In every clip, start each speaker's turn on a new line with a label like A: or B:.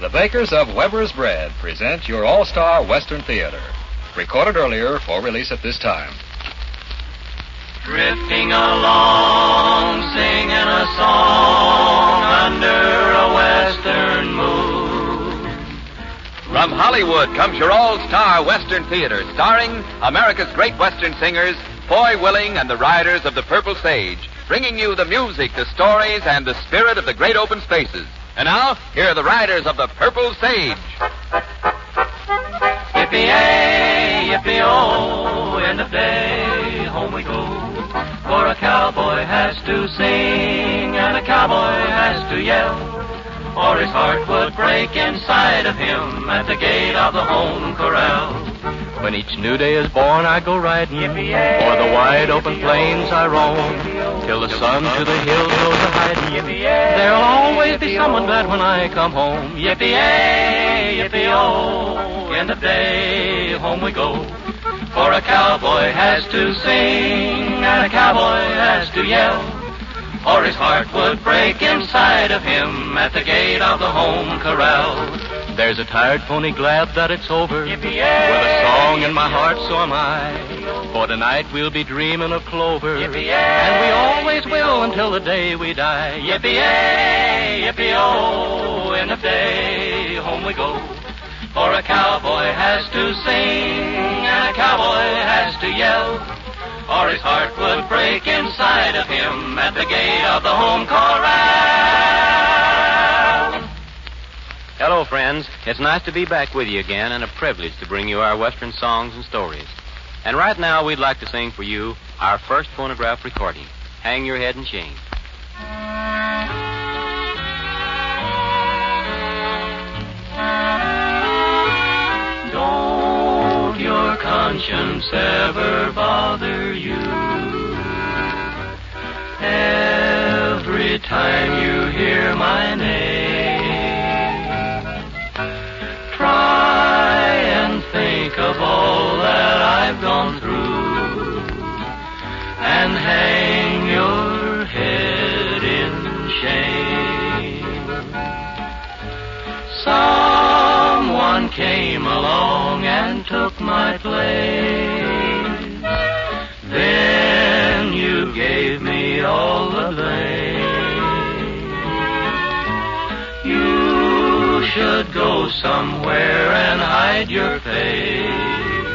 A: The Bakers of Weber's Bread present your All Star Western Theater. Recorded earlier for release at this time.
B: Drifting along, singing a song under a western moon.
C: From Hollywood comes your all-star Western theater, starring America's great Western singers, Foy Willing and the Riders of the Purple Sage, bringing you the music, the stories, and the spirit of the great open spaces. And now, here are the Riders of the Purple Sage.
B: E Yippee-yay, yippee-oh, end of day, home we go. For a cowboy has to sing and a cowboy has to yell. Or his heart would break inside of him at the gate of the home corral.
D: When each new day is born, I go riding.
B: Yippee-yay,
D: O'er the wide open plains I roam.
B: yippee-oh.
D: Till the sun to the hills goes a hiding.
B: Yippee-yay,
D: There'll always be
B: yippee-oh.
D: someone glad when I come home.
B: Yippee-yay, yippee-oh, end of day, home we go. For a cowboy has to sing and a cowboy has to yell. Or his heart would break inside of him at the gate of the home corral.
D: There's a tired pony glad that it's over.
B: Yippee-yay,
D: With a song in my heart, so am I. For tonight we'll be dreaming of clover.
B: Yippee-yay,
D: And we always will
B: yippee-oh.
D: until the day we die.
B: Yippee-yay, yippee-oh, end of day, home we go. For a cowboy has to sing and a cowboy has to yell. Or his heart would break inside of him at the gate of the home corral.
E: Hello, friends. It's nice to be back with you again and a privilege to bring you our Western songs and stories. And right now, we'd like to sing for you our first phonograph recording, Hang Your Head in Shame.
B: Don't your conscience ever bother you. Every time you hear my name, try and think of all that I've gone through and hang your head in shame. Someone came along and took my place. Then you gave me all the blame. You should go somewhere and hide your face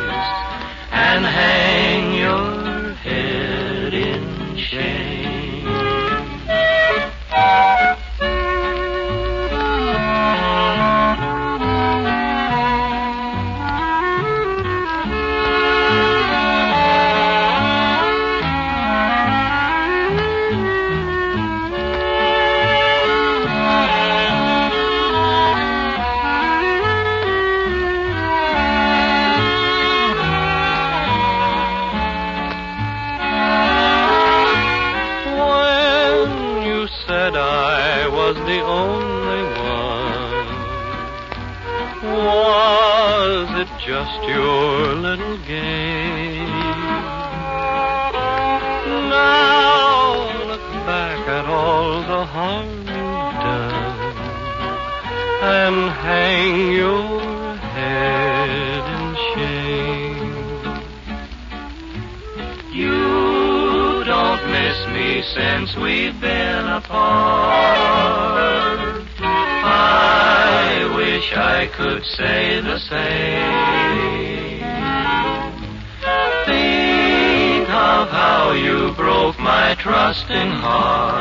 B: and hang your head in shame. When you said I was the only one, was it just your little game? Now look back at all the harm you've done and hang your head in shame. You don't miss me since we've been apart. I wish I could say the same. Think of how you broke my trusting heart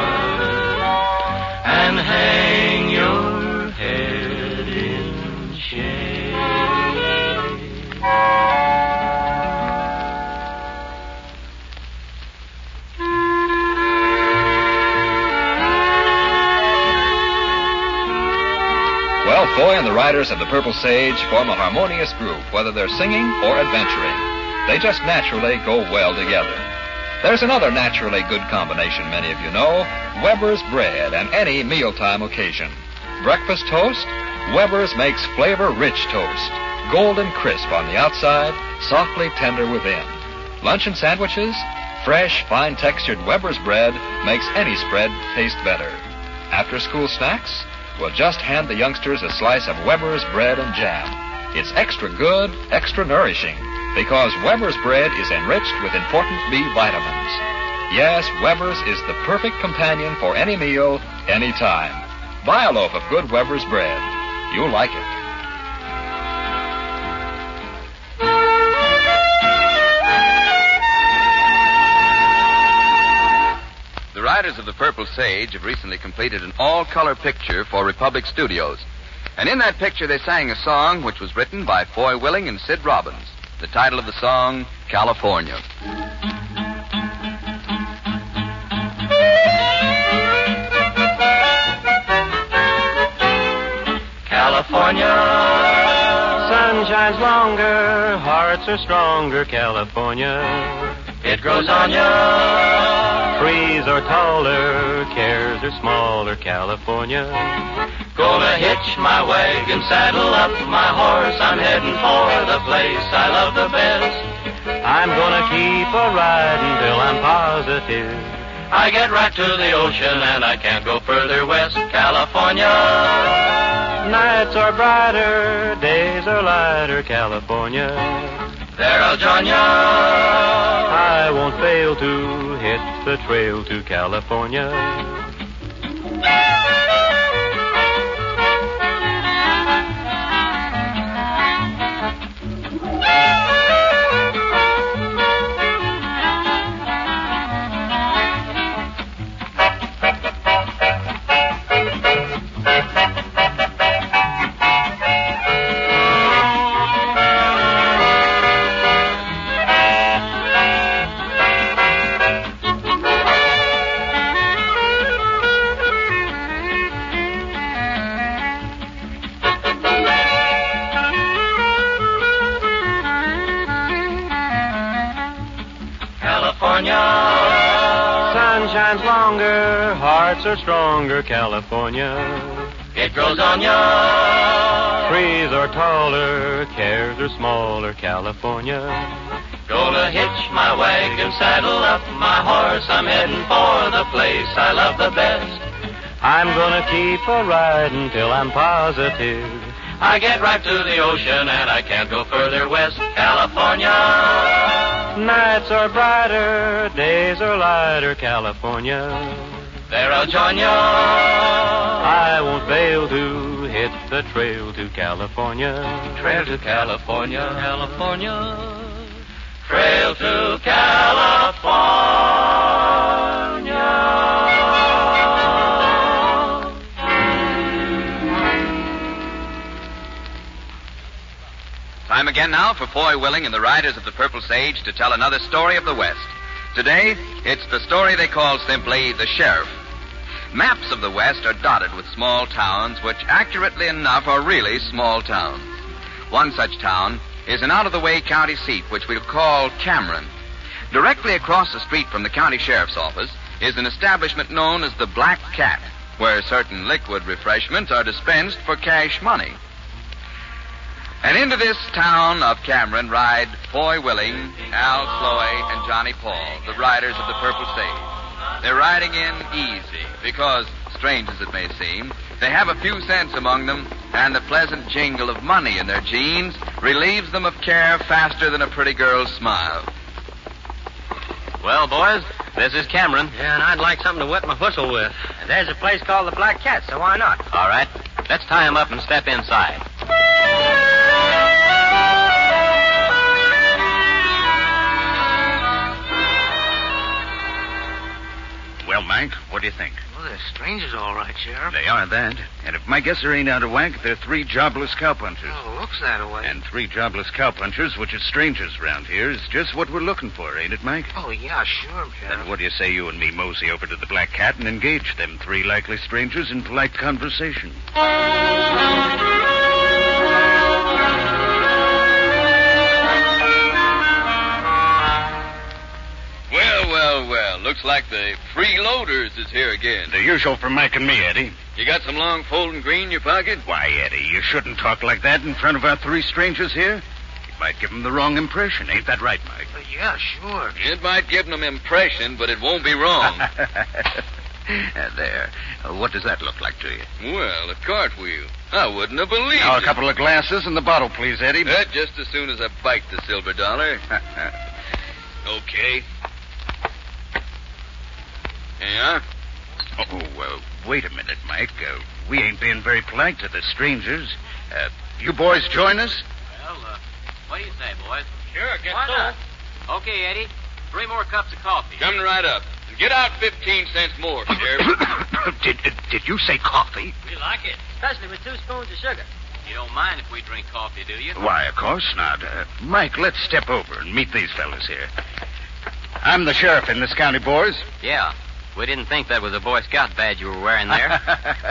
B: and hang your head in shame.
A: Well, Foy and the Riders of the Purple Sage form a harmonious group, whether they're singing or adventuring. They just naturally go well together. There's another naturally good combination many of you know Weber's bread and any mealtime occasion. Breakfast toast? Weber's makes flavor rich toast. Golden crisp on the outside, softly tender within. Luncheon sandwiches? Fresh, fine textured Weber's bread makes any spread taste better. After school snacks?
F: We'll just hand the youngsters a slice of Weber's bread and jam. It's extra good, extra nourishing, because Weber's bread is enriched with important B vitamins. Yes, Weber's is the perfect companion for any meal, any time. Buy a loaf of good Weber's bread. You'll like it.
G: The writers of The Purple Sage have recently completed an all color picture for Republic Studios. And in that picture, they sang a song which was written by Foy Willing and Sid Robbins. The title of the song, California.
D: California.
B: Sun shines longer, hearts are stronger, California.
D: It grows on ya.
B: Trees are taller, cares are smaller, California.
D: Gonna hitch my wagon, saddle up my horse. I'm heading for the place I love the best.
B: I'm gonna keep a riding till I'm positive.
D: I get right to the ocean and I can't go further west. California.
B: Nights are brighter, days are lighter, California.
D: There I'll join ya.
B: I won't fail to hit the trail to California.
D: California.
B: Sun shines longer, hearts are stronger, California.
D: It grows on ya.
B: Trees are taller, cares are smaller, California.
D: Gonna hitch my wagon, saddle up my horse. I'm heading for the place I love the best.
B: I'm gonna keep a riding till I'm positive.
D: I get right to the ocean and I can't go further west. California.
B: Nights are brighter, days are lighter, California.
D: There I'll join ya.
B: I won't fail to hit the trail to California.
D: Trail to California, California. Trail to California.
G: Time again now for Foy Willing and the Riders of the Purple Sage to tell another story of the West. Today, it's the story they call simply The Sheriff. Maps of the West are dotted with small towns, which accurately enough are really small towns. One such town is an out of the way county seat, which we'll call Cameron. Directly across the street from the county sheriff's office is an establishment known as the Black Cat, where certain liquid refreshments are dispensed for cash money. And into this town of Cameron ride Foy Willing, Al Sloy, and Johnny Paul, the riders of the Purple Sage. They're riding in easy because, strange as it may seem, they have a few cents among them, and the pleasant jingle of money in their jeans relieves them of care faster than a pretty girl's smile.
H: Well, boys, this is Cameron.
I: Yeah, and I'd like something to wet my whistle with. There's a place called the Black Cat, so why not?
H: All right, let's tie him up and step inside.
A: Well, Mike, what do you think?
I: Well, they're strangers, all right, Sheriff.
A: They are that. And if my guesser ain't out of whack, they're three jobless cowpunchers.
I: Oh, looks that way.
A: And three jobless cowpunchers, which is strangers round here, is just what we're looking for, ain't it, Mike?
I: Oh, yeah, sure,
A: Then
I: Sheriff.
A: what do you say you and me mosey over to the Black Cat and engage them three likely strangers in polite conversation?
G: Well, well, well. Looks like the freeloaders is here again.
A: The usual for Mike and me, Eddie.
G: You got some long folding green in your pocket?
A: Why, Eddie, you shouldn't talk like that in front of our three strangers here. It might give them the wrong impression. Ain't that right, Mike?
I: Oh, yeah, sure.
A: Oh.
G: It might give them impression, but it won't be wrong.
A: there.
I: Uh, what does that look like to you?
G: Well, a cartwheel. I wouldn't have believed
I: Now, a
G: it.
I: couple of glasses and the bottle, please, Eddie. Uh,
G: Uh, just as soon as I biked the silver dollar. okay. Yeah?
I: Oh, uh, wait a minute, Mike. Uh, we ain't being very polite to the strangers. Uh, you boys join us?
B: Well, uh, what do you say, boys?
G: Sure, guess
B: Why not? Okay, Eddie. Three more cups of coffee.
G: Coming right up. Get out 15 cents more, Sheriff.
I: did, uh, did you say coffee?
A: We like it. Especially with two spoons of sugar.
B: You don't mind if we drink coffee, do you?
I: Why, of course not. Uh, Mike, let's step over and meet these fellas here. I'm the sheriff in this county, boys.
B: Yeah. We didn't think that was a Boy Scout badge you were wearing there.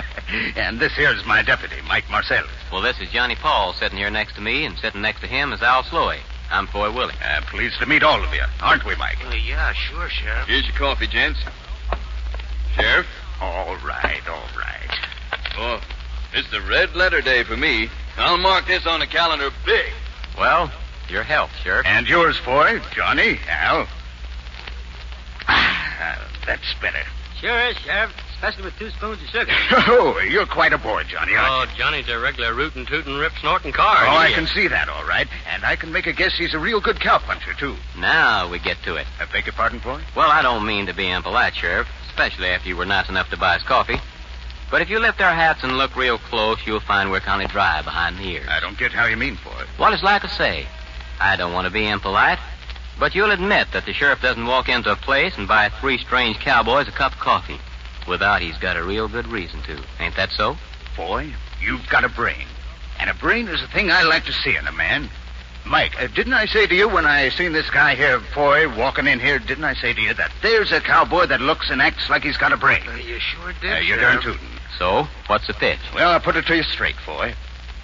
I: and this here's my deputy, Mike Marcellus.
B: well, this is Johnny Paul sitting here next to me, and sitting next to him is Al Sloy. I'm Foy Willie.
I: Uh, pleased to meet all of you, aren't we, Mike?
A: yeah, sure, Sheriff.
G: Here's your coffee, gents. Sheriff?
I: All right, all right.
G: Oh, it's the red letter day for me. I'll mark this on the calendar big.
B: Well, your health, Sheriff.
I: And yours, boy, Johnny, Al. Ah, that's better.
A: Sure is, Sheriff. Especially with two spoons of sugar.
I: Oh, you're quite a boy, Johnny. aren't you?
J: Oh, Johnny's a regular rootin' tootin' rip snorting car.
I: Oh, I
J: isn't
I: can see that, all right. And I can make a guess he's a real good cowpuncher, too.
B: Now we get to it.
I: I beg your pardon, boy?
B: Well, I don't mean to be impolite, Sheriff, especially after you were nice enough to buy us coffee. But if you lift our hats and look real close, you'll find we're kind of dry behind the ears.
I: I don't get how you mean, boy.
B: Well, it's like I say, I don't want to be impolite, but you'll admit that the sheriff doesn't walk into a place and buy three strange cowboys a cup of coffee without he's got a real good reason to. Ain't that so?
I: Boy, you've got a brain. And a brain is a thing I like to see in a man. Mike, uh, didn't I say to you when I seen this guy here, boy, walking in here, didn't I say to you that there's a cowboy that looks and acts like he's got a brain?
A: you sure did.
I: Uh, you're darn tootin'.
B: So, what's the pitch?
I: Well, I put it to you straight, boy.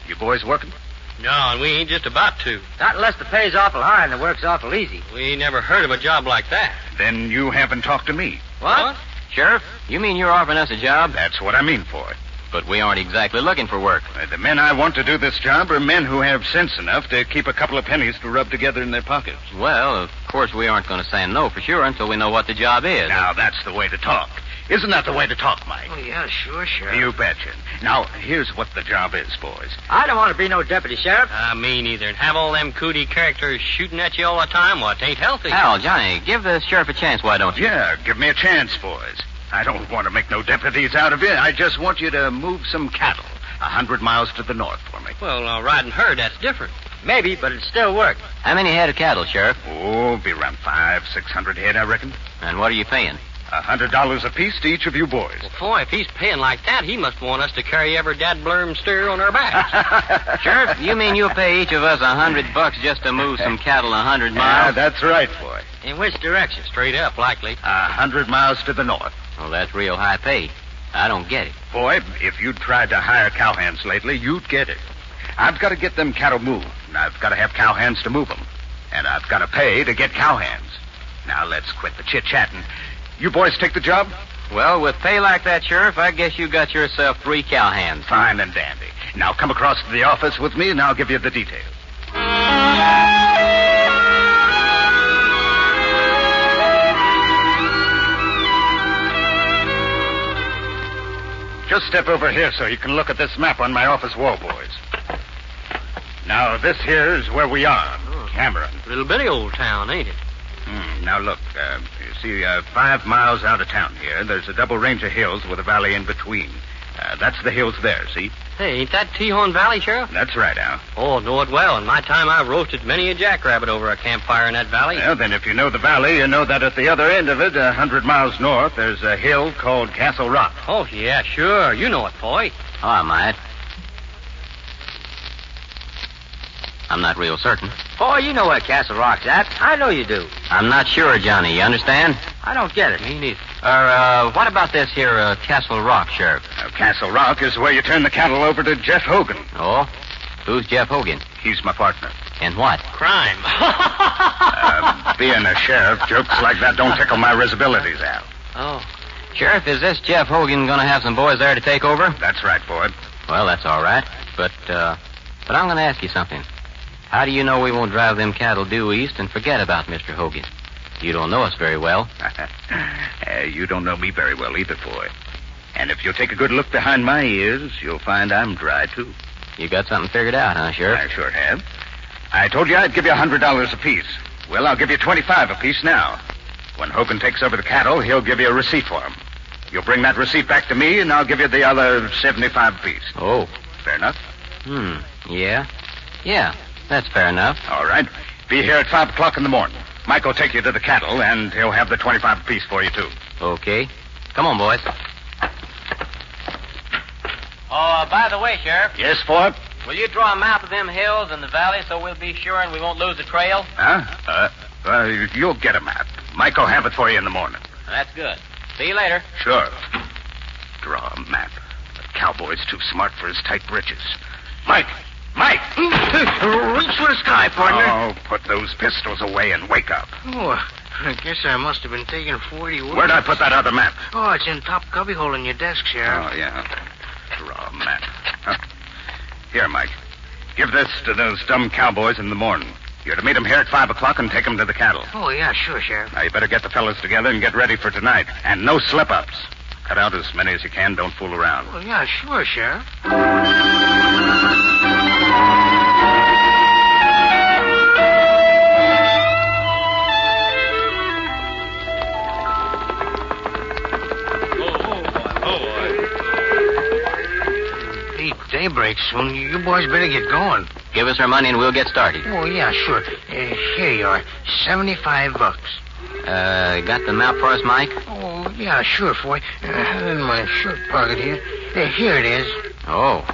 I: You boys working?
J: it? No, and we ain't just about to.
A: Not unless the pay's awful high and the work's awful easy.
J: We never heard of a job like that.
I: Then you haven't talked to me.
A: What?
B: Sheriff, you mean you're offering us a job?
I: That's what I mean, boy.
B: But we aren't exactly looking for work.
I: Uh, the men I want to do this job are men who have sense enough to keep a couple of pennies to rub together in their pockets.
B: Well, of course we aren't going to say no for sure until we know what the job is.
I: Now, that's the way to talk. Isn't that the way to talk, Mike?
A: Oh, yeah, sure, Sheriff.
I: You betcha. Now, here's what the job is, boys.
A: I don't want to be no deputy sheriff.
J: I mean, either Ah, and have all them cootie characters shooting at you all the time. What ain't healthy?
B: Al, Johnny, give the sheriff a chance, why don't you?
I: Yeah, give me a chance, boys. I don't want to make no deputies out of you. I just want you to move some cattle a hundred miles to the north for me.
J: Well, uh, riding herd, that's different.
A: Maybe, but it still work.
B: How many head of cattle, Sheriff?
I: Oh, be around five, six hundred head, I reckon.
B: And what are you paying?
I: A hundred dollars apiece to each of you boys.
J: Boy, if he's paying like that, he must want us to carry every dad blurm steer on our backs.
B: Sheriff, you mean you'll pay each of us a hundred bucks just to move some cattle a hundred
I: Yeah,
B: miles?
I: that's right, boy.
A: In which direction?
J: Straight up, likely.
I: A hundred miles to the north.
B: Well, that's real high pay. I don't get it.
I: Boy, if you'd tried to hire cowhands lately, you'd get it. I've got to get them cattle moved, and I've got to have cowhands to move them. And I've got to pay to get cowhands. Now let's quit the chit-chatting. You boys take the job?
B: Well, with pay like that, Sheriff, I guess you got yourself three cowhands.
I: Fine and dandy. Now come across to the office with me, and I'll give you the details. Just step over here so you can look at this map on my office wall, boys. Now, this here is where we are Cameron.
J: Little bitty old town, ain't it?
I: Hmm, now, look, uh, you see, uh, five miles out of town here, there's a double range of hills with a valley in between. Uh, that's the hills there, see?
J: Hey, ain't that Tejon Valley, Sheriff?
I: That's right, Al.
J: Oh, know it well. In my time, I've roasted many a jackrabbit over a campfire in that valley.
I: Well, then, if you know the valley, you know that at the other end of it, a hundred miles north, there's a hill called Castle Rock.
J: Oh, yeah, sure. You know it, boy.
B: Oh, I might. I'm not real certain.
A: Boy, you know where Castle Rock's at. I know you do.
B: I'm not sure, Johnny. You understand?
A: I don't get it.
B: Me neither. Or, uh, what about this here uh, Castle Rock, Sheriff?
I: Now, Castle Rock is where you turn the cattle over to Jeff Hogan.
B: Oh? Who's Jeff Hogan?
I: He's my partner.
B: And what?
I: Uh, being a sheriff, jokes like that don't tickle my risibilities, Al.
B: Oh. Sheriff, is this Jeff Hogan going to have some boys there to take over?
I: That's right, boy.
B: Well, that's all right. But, uh, but I'm going to ask you something. How do you know we won't drive them cattle due east and forget about Mr. Hogan? You don't know us very well.
I: uh, you don't know me very well either, boy. And if you'll take a good look behind my ears, you'll find I'm dry, too.
B: You got something figured out, huh, Sheriff?
I: I sure have. I told you I'd give you a hundred dollars apiece. Well, I'll give you twenty-five apiece now. When Hogan takes over the cattle, he'll give you a receipt for 'em. You'll bring that receipt back to me, and I'll give you the other seventy-five apiece.
B: Oh.
I: Fair enough.
B: Hmm. Yeah. Yeah. That's fair enough.
I: All right. Be here at five o'clock in the morning. Mike will take you to the cattle, and he'll have the twenty-five apiece for you too.
B: Okay. Come on, boys.
K: Oh, uh, by the way, Sheriff,
I: Yes, Ford.
K: will you draw a map of them hills and the valley so we'll be sure and we won't lose the trail?
I: Huh? Uh, uh, you'll get a map. Mike will have it for you in the morning.
K: That's good. See you later.
I: Sure. Draw a map. The cowboy's too smart for his tight britches. Mike! Mike! Reach for the sky, partner. Oh, put those pistols away and wake up.
L: Oh, I guess I must have been taking 40 words.
I: Where'd I put that other map?
L: Oh, it's in top cubbyhole in your desk, Sheriff.
I: Oh, yeah. Draw a map. Huh. Here, Mike. Give this to those dumb cowboys in the morning. You're to meet 'em here at 5 o'clock and take 'em to the cattle.
L: Oh, yeah, sure, Sheriff.
I: Now, you better get the fellas together and get ready for tonight. And no slip ups. Cut out as many as you can. Don't fool around.
L: Oh, yeah, sure, Sheriff. Hey, Daybreak soon. You boys better get going.
B: Give us our money and we'll get started.
L: Oh, yeah, sure. Uh, here you are. 75 bucks.
B: Uh, got the map for us, Mike?
L: Oh, yeah, sure, Foy. I have it in my shirt pocket here. Uh, here it is.
B: Oh.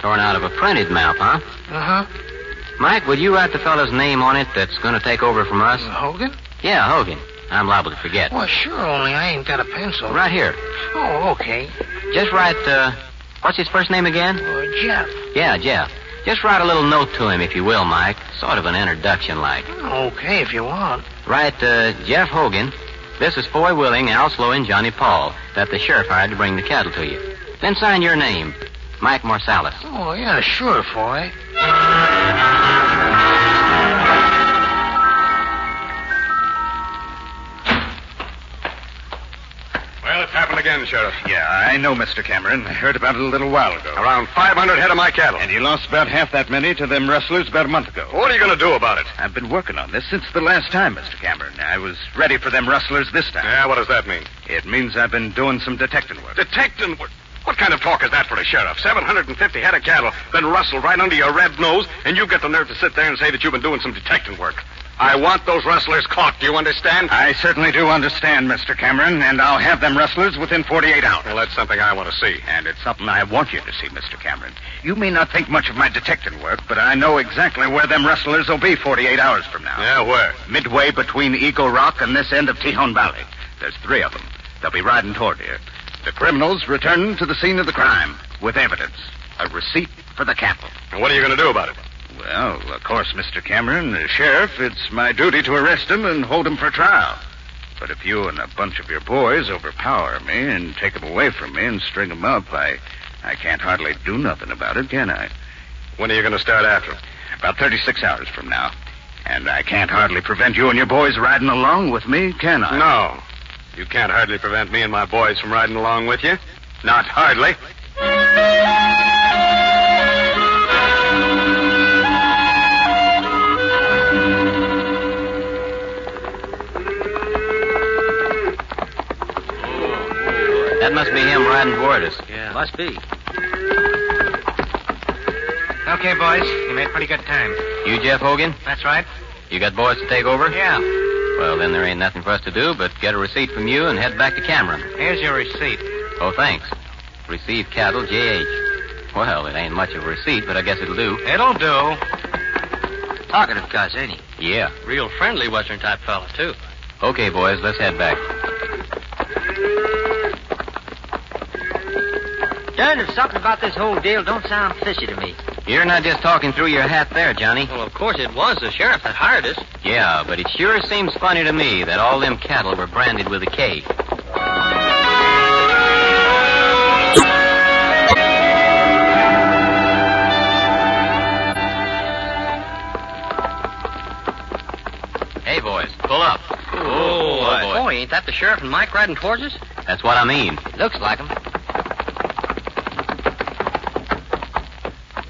B: Torn out of a printed map, huh?
L: Uh huh.
B: Mike, would you write the fellow's name on it that's going to take over from us?
L: Hogan?
B: Yeah, Hogan. I'm liable to forget.
L: Well, sure, only I ain't got a pencil.
B: Right here.
L: Oh, okay.
B: Just write, uh, what's his first name again?
L: Uh, Jeff.
B: Yeah, Jeff. Just write a little note to him, if you will, Mike. Sort of an introduction, like.
L: Okay, if you want.
B: Write, uh, Jeff Hogan. This is Foy Willing, Al Slow, and Johnny Paul that the sheriff hired to bring the cattle to you. Then sign your name, Mike Marsalis.
L: Oh, yeah, sure, Foy.
M: Well, it's happened again, Sheriff.
I: Yeah, I know, Mr. Cameron. I heard about it a little while ago.
M: Around 500 head of my cattle.
I: And you lost about half that many to them rustlers about a month ago.
M: What are you going to do about it?
I: I've been working on this since the last time, Mr. Cameron. I was ready for them rustlers this time.
M: Yeah, what does that mean?
I: It means I've been doing some detecting work.
M: Detecting what? What kind of talk is that for a sheriff? 750 head of cattle, then rustled right under your red nose, and you get the nerve to sit there and say that you've been doing some detecting work. I want those rustlers caught, do you understand?
I: I certainly do understand, Mr. Cameron, and I'll have them rustlers within 48 hours.
M: Well, that's something I want to see.
I: And it's something I want you to see, Mr. Cameron. You may not think much of my detecting work, but I know exactly where them rustlers will be 48 hours from now.
M: Yeah, where?
I: Midway between Eagle Rock and this end of Tejon Valley. There's three of them. They'll be riding toward here. The criminals return to the scene of the crime with evidence. A receipt for the cattle.
M: And what are you going to do about it?
I: Well, of course, Mr. Cameron, as sheriff, it's my duty to arrest them and hold them for trial. But if you and a bunch of your boys overpower me and take them away from me and string them up, I, I can't hardly do nothing about it, can I?
M: When are you going to start after them?
I: About 36 hours from now. And I can't hardly prevent you and your boys riding along with me, can I?
M: No. You can't hardly prevent me and my boys from riding along with you. Not hardly.
B: That must be him riding toward us.
K: Yeah. Must be.
L: Okay, boys. You made pretty good time.
B: You, Jeff Hogan?
L: That's right.
B: You got boys to take over?
L: Yeah.
B: Well, then there ain't nothing for us to do but get a receipt from you and head back to Cameron.
L: Here's your receipt.
B: Oh, thanks. Receive cattle, J.H. Well, it ain't much of a receipt, but I guess it'll do.
L: It'll do. Talkative cuss, ain't he?
B: Yeah.
K: Real friendly Western type fella, too.
B: Okay, boys, let's head back.
K: Darn if something about this
B: Oh,
K: whole deal don't sound fishy to me.
B: You're not just talking through your hat there, Johnny.
K: Well, of course it was the sheriff that hired us.
B: Yeah, but it sure seems funny to me that all them cattle were branded with a K. Hey, boys, pull up.
K: Oh, boy. ain't that the sheriff and Mike riding towards us?
B: That's what I mean.
K: Looks like him.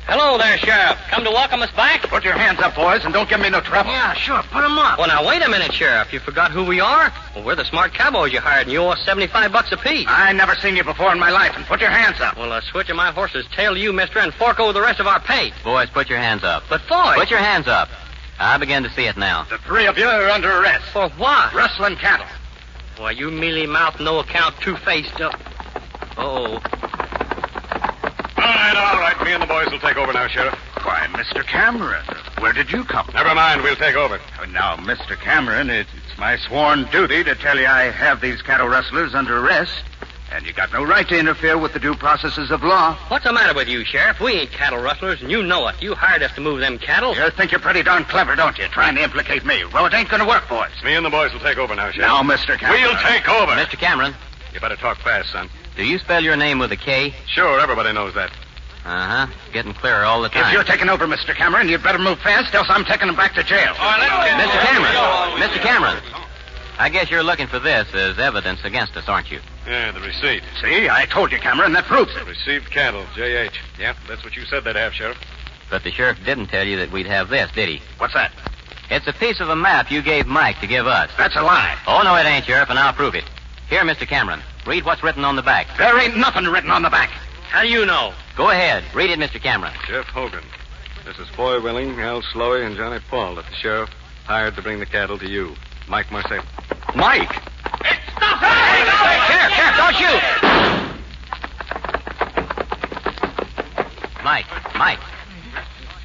N: Hello there, Sheriff. Come to welcome us back?
I: Put your hands up, boys, and don't give me no trouble.
O: Yeah, sure. Put them up. Well, now, wait a minute, Sheriff. You forgot who we are? Well, we're the smart cowboys you hired, and you owe us 75 bucks apiece.
I: I never seen you before in my life, and put your hands up.
O: Well, a switch of my horse's tail to you, mister, and fork over the rest of our pay.
E: Boys, put your hands up.
O: But, boy.
E: Put your hands up. I begin to see it now.
I: The three of you are under arrest.
O: For what?
I: Rustling cattle.
O: Why, you mealy mouthed, no account, two faced. Uh... Oh.
P: All right, all right. Me and the boys will take over now, Sheriff.
I: Why, Mr. Cameron, where did you come from? Oh,
P: Never mind. We'll take over.
I: Now, Mr. Cameron, it, it's my sworn duty to tell you I have these cattle rustlers under arrest, and you got no right to interfere with the due processes of law.
O: What's the matter with you, Sheriff? We ain't cattle rustlers, and you know it. You hired us to move them cattle.
I: You think you're pretty darn clever, don't you? Trying to implicate me. Well, it ain't going to work, boys.
P: Me and the boys will take over now, Sheriff.
I: Now, Mr. Cameron.
P: We'll take over.
E: Mr. Cameron.
P: You better talk fast, son.
E: Do you spell your name with a K?
P: Sure, everybody knows that.
E: Uh huh. Getting clearer all the time.
I: If you're taking over, Mr. Cameron, you'd better move fast, else I'm taking him back to jail.
E: All right, let's Mr. Cameron. Mr. Cameron. I guess you're looking for this as evidence against us, aren't you?
P: Yeah, the receipt.
I: See, I told you, Cameron, that proves it.
P: Received cattle, J.H. Yeah, that's what you said they'd have, Sheriff.
E: But the sheriff didn't tell you that we'd have this, did he?
I: What's that?
E: It's a piece of a map you gave Mike to give us.
I: That's a lie.
E: Oh, no, it ain't, Sheriff, and I'll prove it. Here, Mr. Cameron, read what's written on the back.
I: There ain't nothing written on the back.
O: How do you know?
E: Go ahead. Read it, Mr. Cameron.
P: Jeff Hogan. This is Foy Willing, Al Slowey, and Johnny Paul that the sheriff hired to bring the cattle to you. Mike Marcel.
I: Mike!
O: Stop it! Hey,
E: Sheriff, Sheriff, don't shoot! Mike, Mike,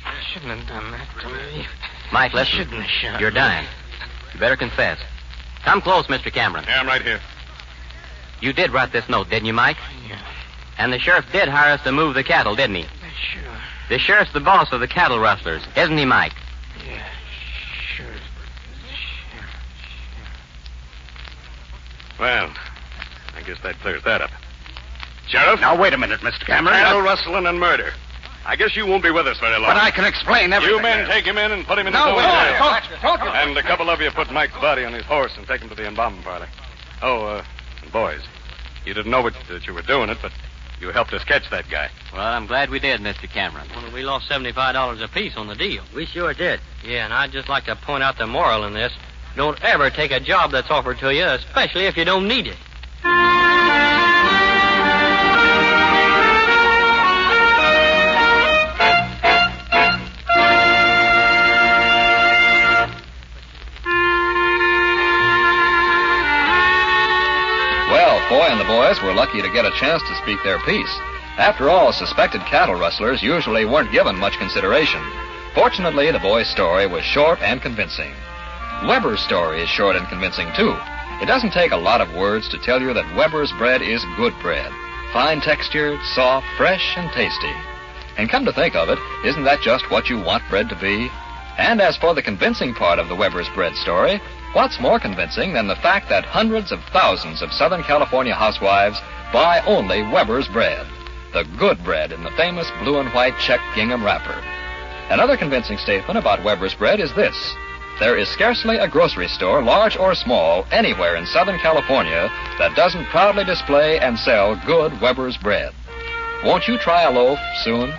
L: I shouldn't have done that to me.
E: Mike, listen.
L: Shouldn't have shot.
E: You're dying. You better confess. Come close, Mr. Cameron.
P: Yeah, I'm right here.
E: You did write this note, didn't you, Mike?
L: Yeah.
E: And the sheriff did hire us to move the cattle, didn't he?
L: Sure.
E: The sheriff's the boss of the cattle rustlers, isn't he, Mike?
L: Yeah. Sure. Sure.
P: Well, I guess that clears that up. Sheriff?
I: Now, wait a minute, Mr. Cameron.
P: Cattle rustling and murder. I guess you won't be with us very long.
I: But I can explain everything.
P: You men take him in and put him in
I: No,
P: the
I: we
P: jail.
I: don't. Don't- don't you-
P: And a couple of you put Mike's body on his horse and take him to the embalming parlor. Oh, uh, and boys, you didn't know it, that you were doing it, but you helped us catch that guy.
E: Well, I'm glad we did, Mr. Cameron.
O: Well, we lost $75 apiece on the deal.
E: We sure did.
O: Yeah, and I'd just like to point out the moral in this. Don't ever take a job that's offered to you, especially if you don't need it.
A: Well, Foy and the boys were lucky to get a chance to speak their piece. After all, suspected cattle rustlers usually weren't given much consideration. Fortunately, the boy's story was short and convincing. Weber's story is short and convincing, too. It doesn't take a lot of words to tell you that Weber's bread is good bread. Fine textured, soft, fresh, and tasty. And come to think of it, isn't that just what you want bread to be? And as for the convincing part of the Weber's bread story, what's more convincing than the fact that hundreds of thousands of Southern California housewives buy only Weber's bread, the good bread in the famous blue and white check gingham wrapper? Another convincing statement about Weber's bread is this. There is scarcely a grocery store, large or small, anywhere in Southern California that doesn't proudly display and sell good Weber's bread. Won't you try a loaf soon?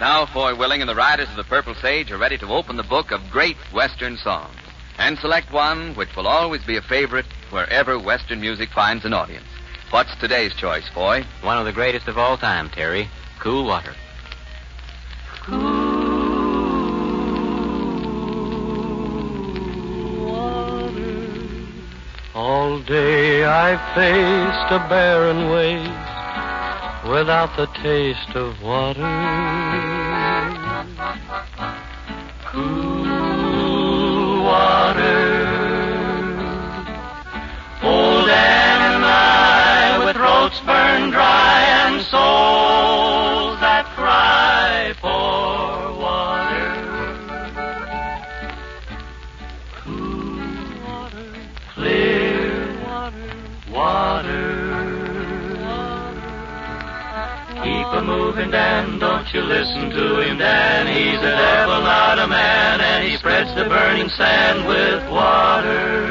C: Now Foy Willing and the Riders of the Purple Sage are ready to open the book of great Western songs and select one which will always be a favorite wherever Western music finds an audience. What's today's choice, Foy?
E: One of the greatest of all time, Terry. Cool water.
B: All day I faced a barren waste without the taste of water. Cool water. Old Ann and I with throats burned dry and souls that cry for water. Clear water. Keep a moving, Dan. Don't you listen to him, Dan. He's a devil, not a man, and he spreads the burning sand with water.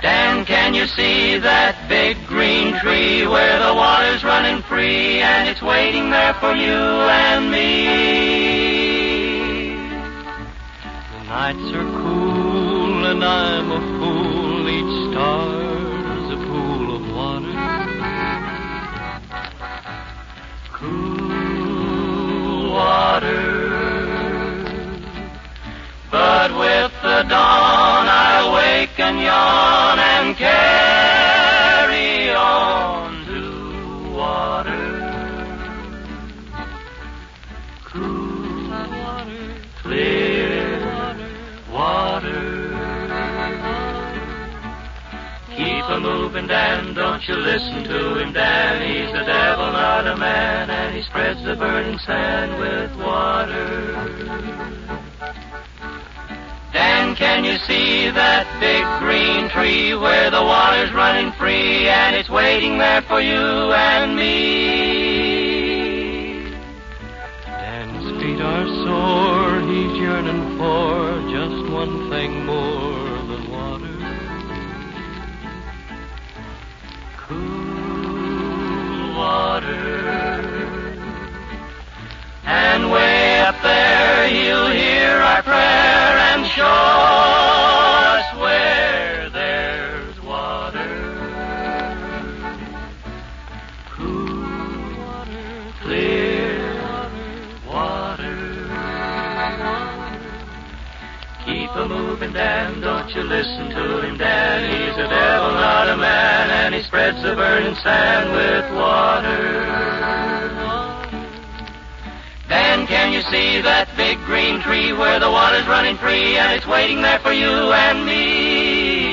B: Dan, can you see that big green? country where the water's running free and it's waiting there for you and me. The nights are cool and I'm a fool. Each star's a pool of water. Cool water. But with the dawn I wake and yawn and carry on to water. Cool water, clear water. Keep a moving, Dan. Don't you listen to him, Dan. He's the devil, not a man, and he spreads the burning sand with water. Dan, can you see that big green tree where the water's running free and it's waiting there for you and me? Dan's feet are sore, he's yearning for just one thing more than water. Cool water. And way up there you'll hear our prayer and show us where there's water. Cool water, clear water. Keep a moving, Dan. Don't you listen to him, Dan. He's a devil, not a man, and he spreads the burning sand with water. Dan, can you see that big green tree where the water's running free and it's waiting there for you and me?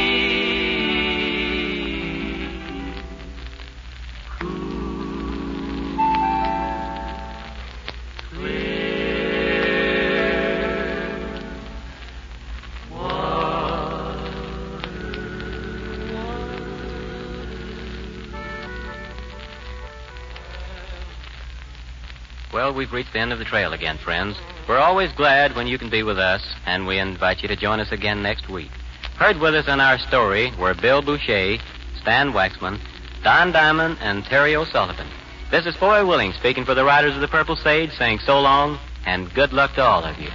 E: Well, we've reached the end of the trail again, friends. We're always glad when you can be with us, and we invite you to join us again next week. Heard with us in our story were Bill Boucher, Stan Waxman, Don Diamond, and Terry O'Sullivan. This is Foy Willing speaking for the Riders of the Purple Sage, saying so long and good luck to all of you.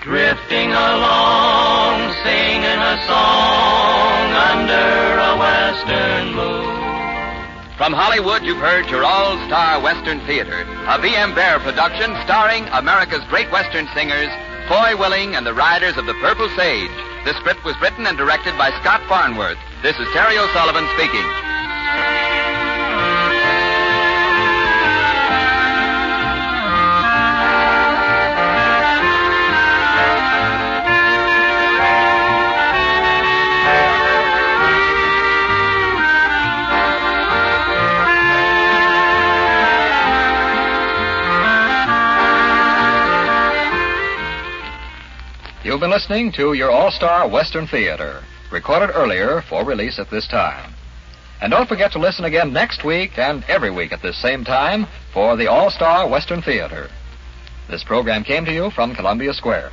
B: Drifting along, singing a song under a western moon.
C: From Hollywood, you've heard your all star Western Theater, a V.M. Bear production starring America's great Western singers, Foy Willing and the Riders of the Purple Sage. The script was written and directed by Scott Farnworth. This is Terry O'Sullivan speaking.
A: You've been listening to your All Star Western Theater, recorded earlier for release at this time. And don't forget to listen again next week and every week at this same time for the All Star Western Theater. This program came to you from Columbia Square.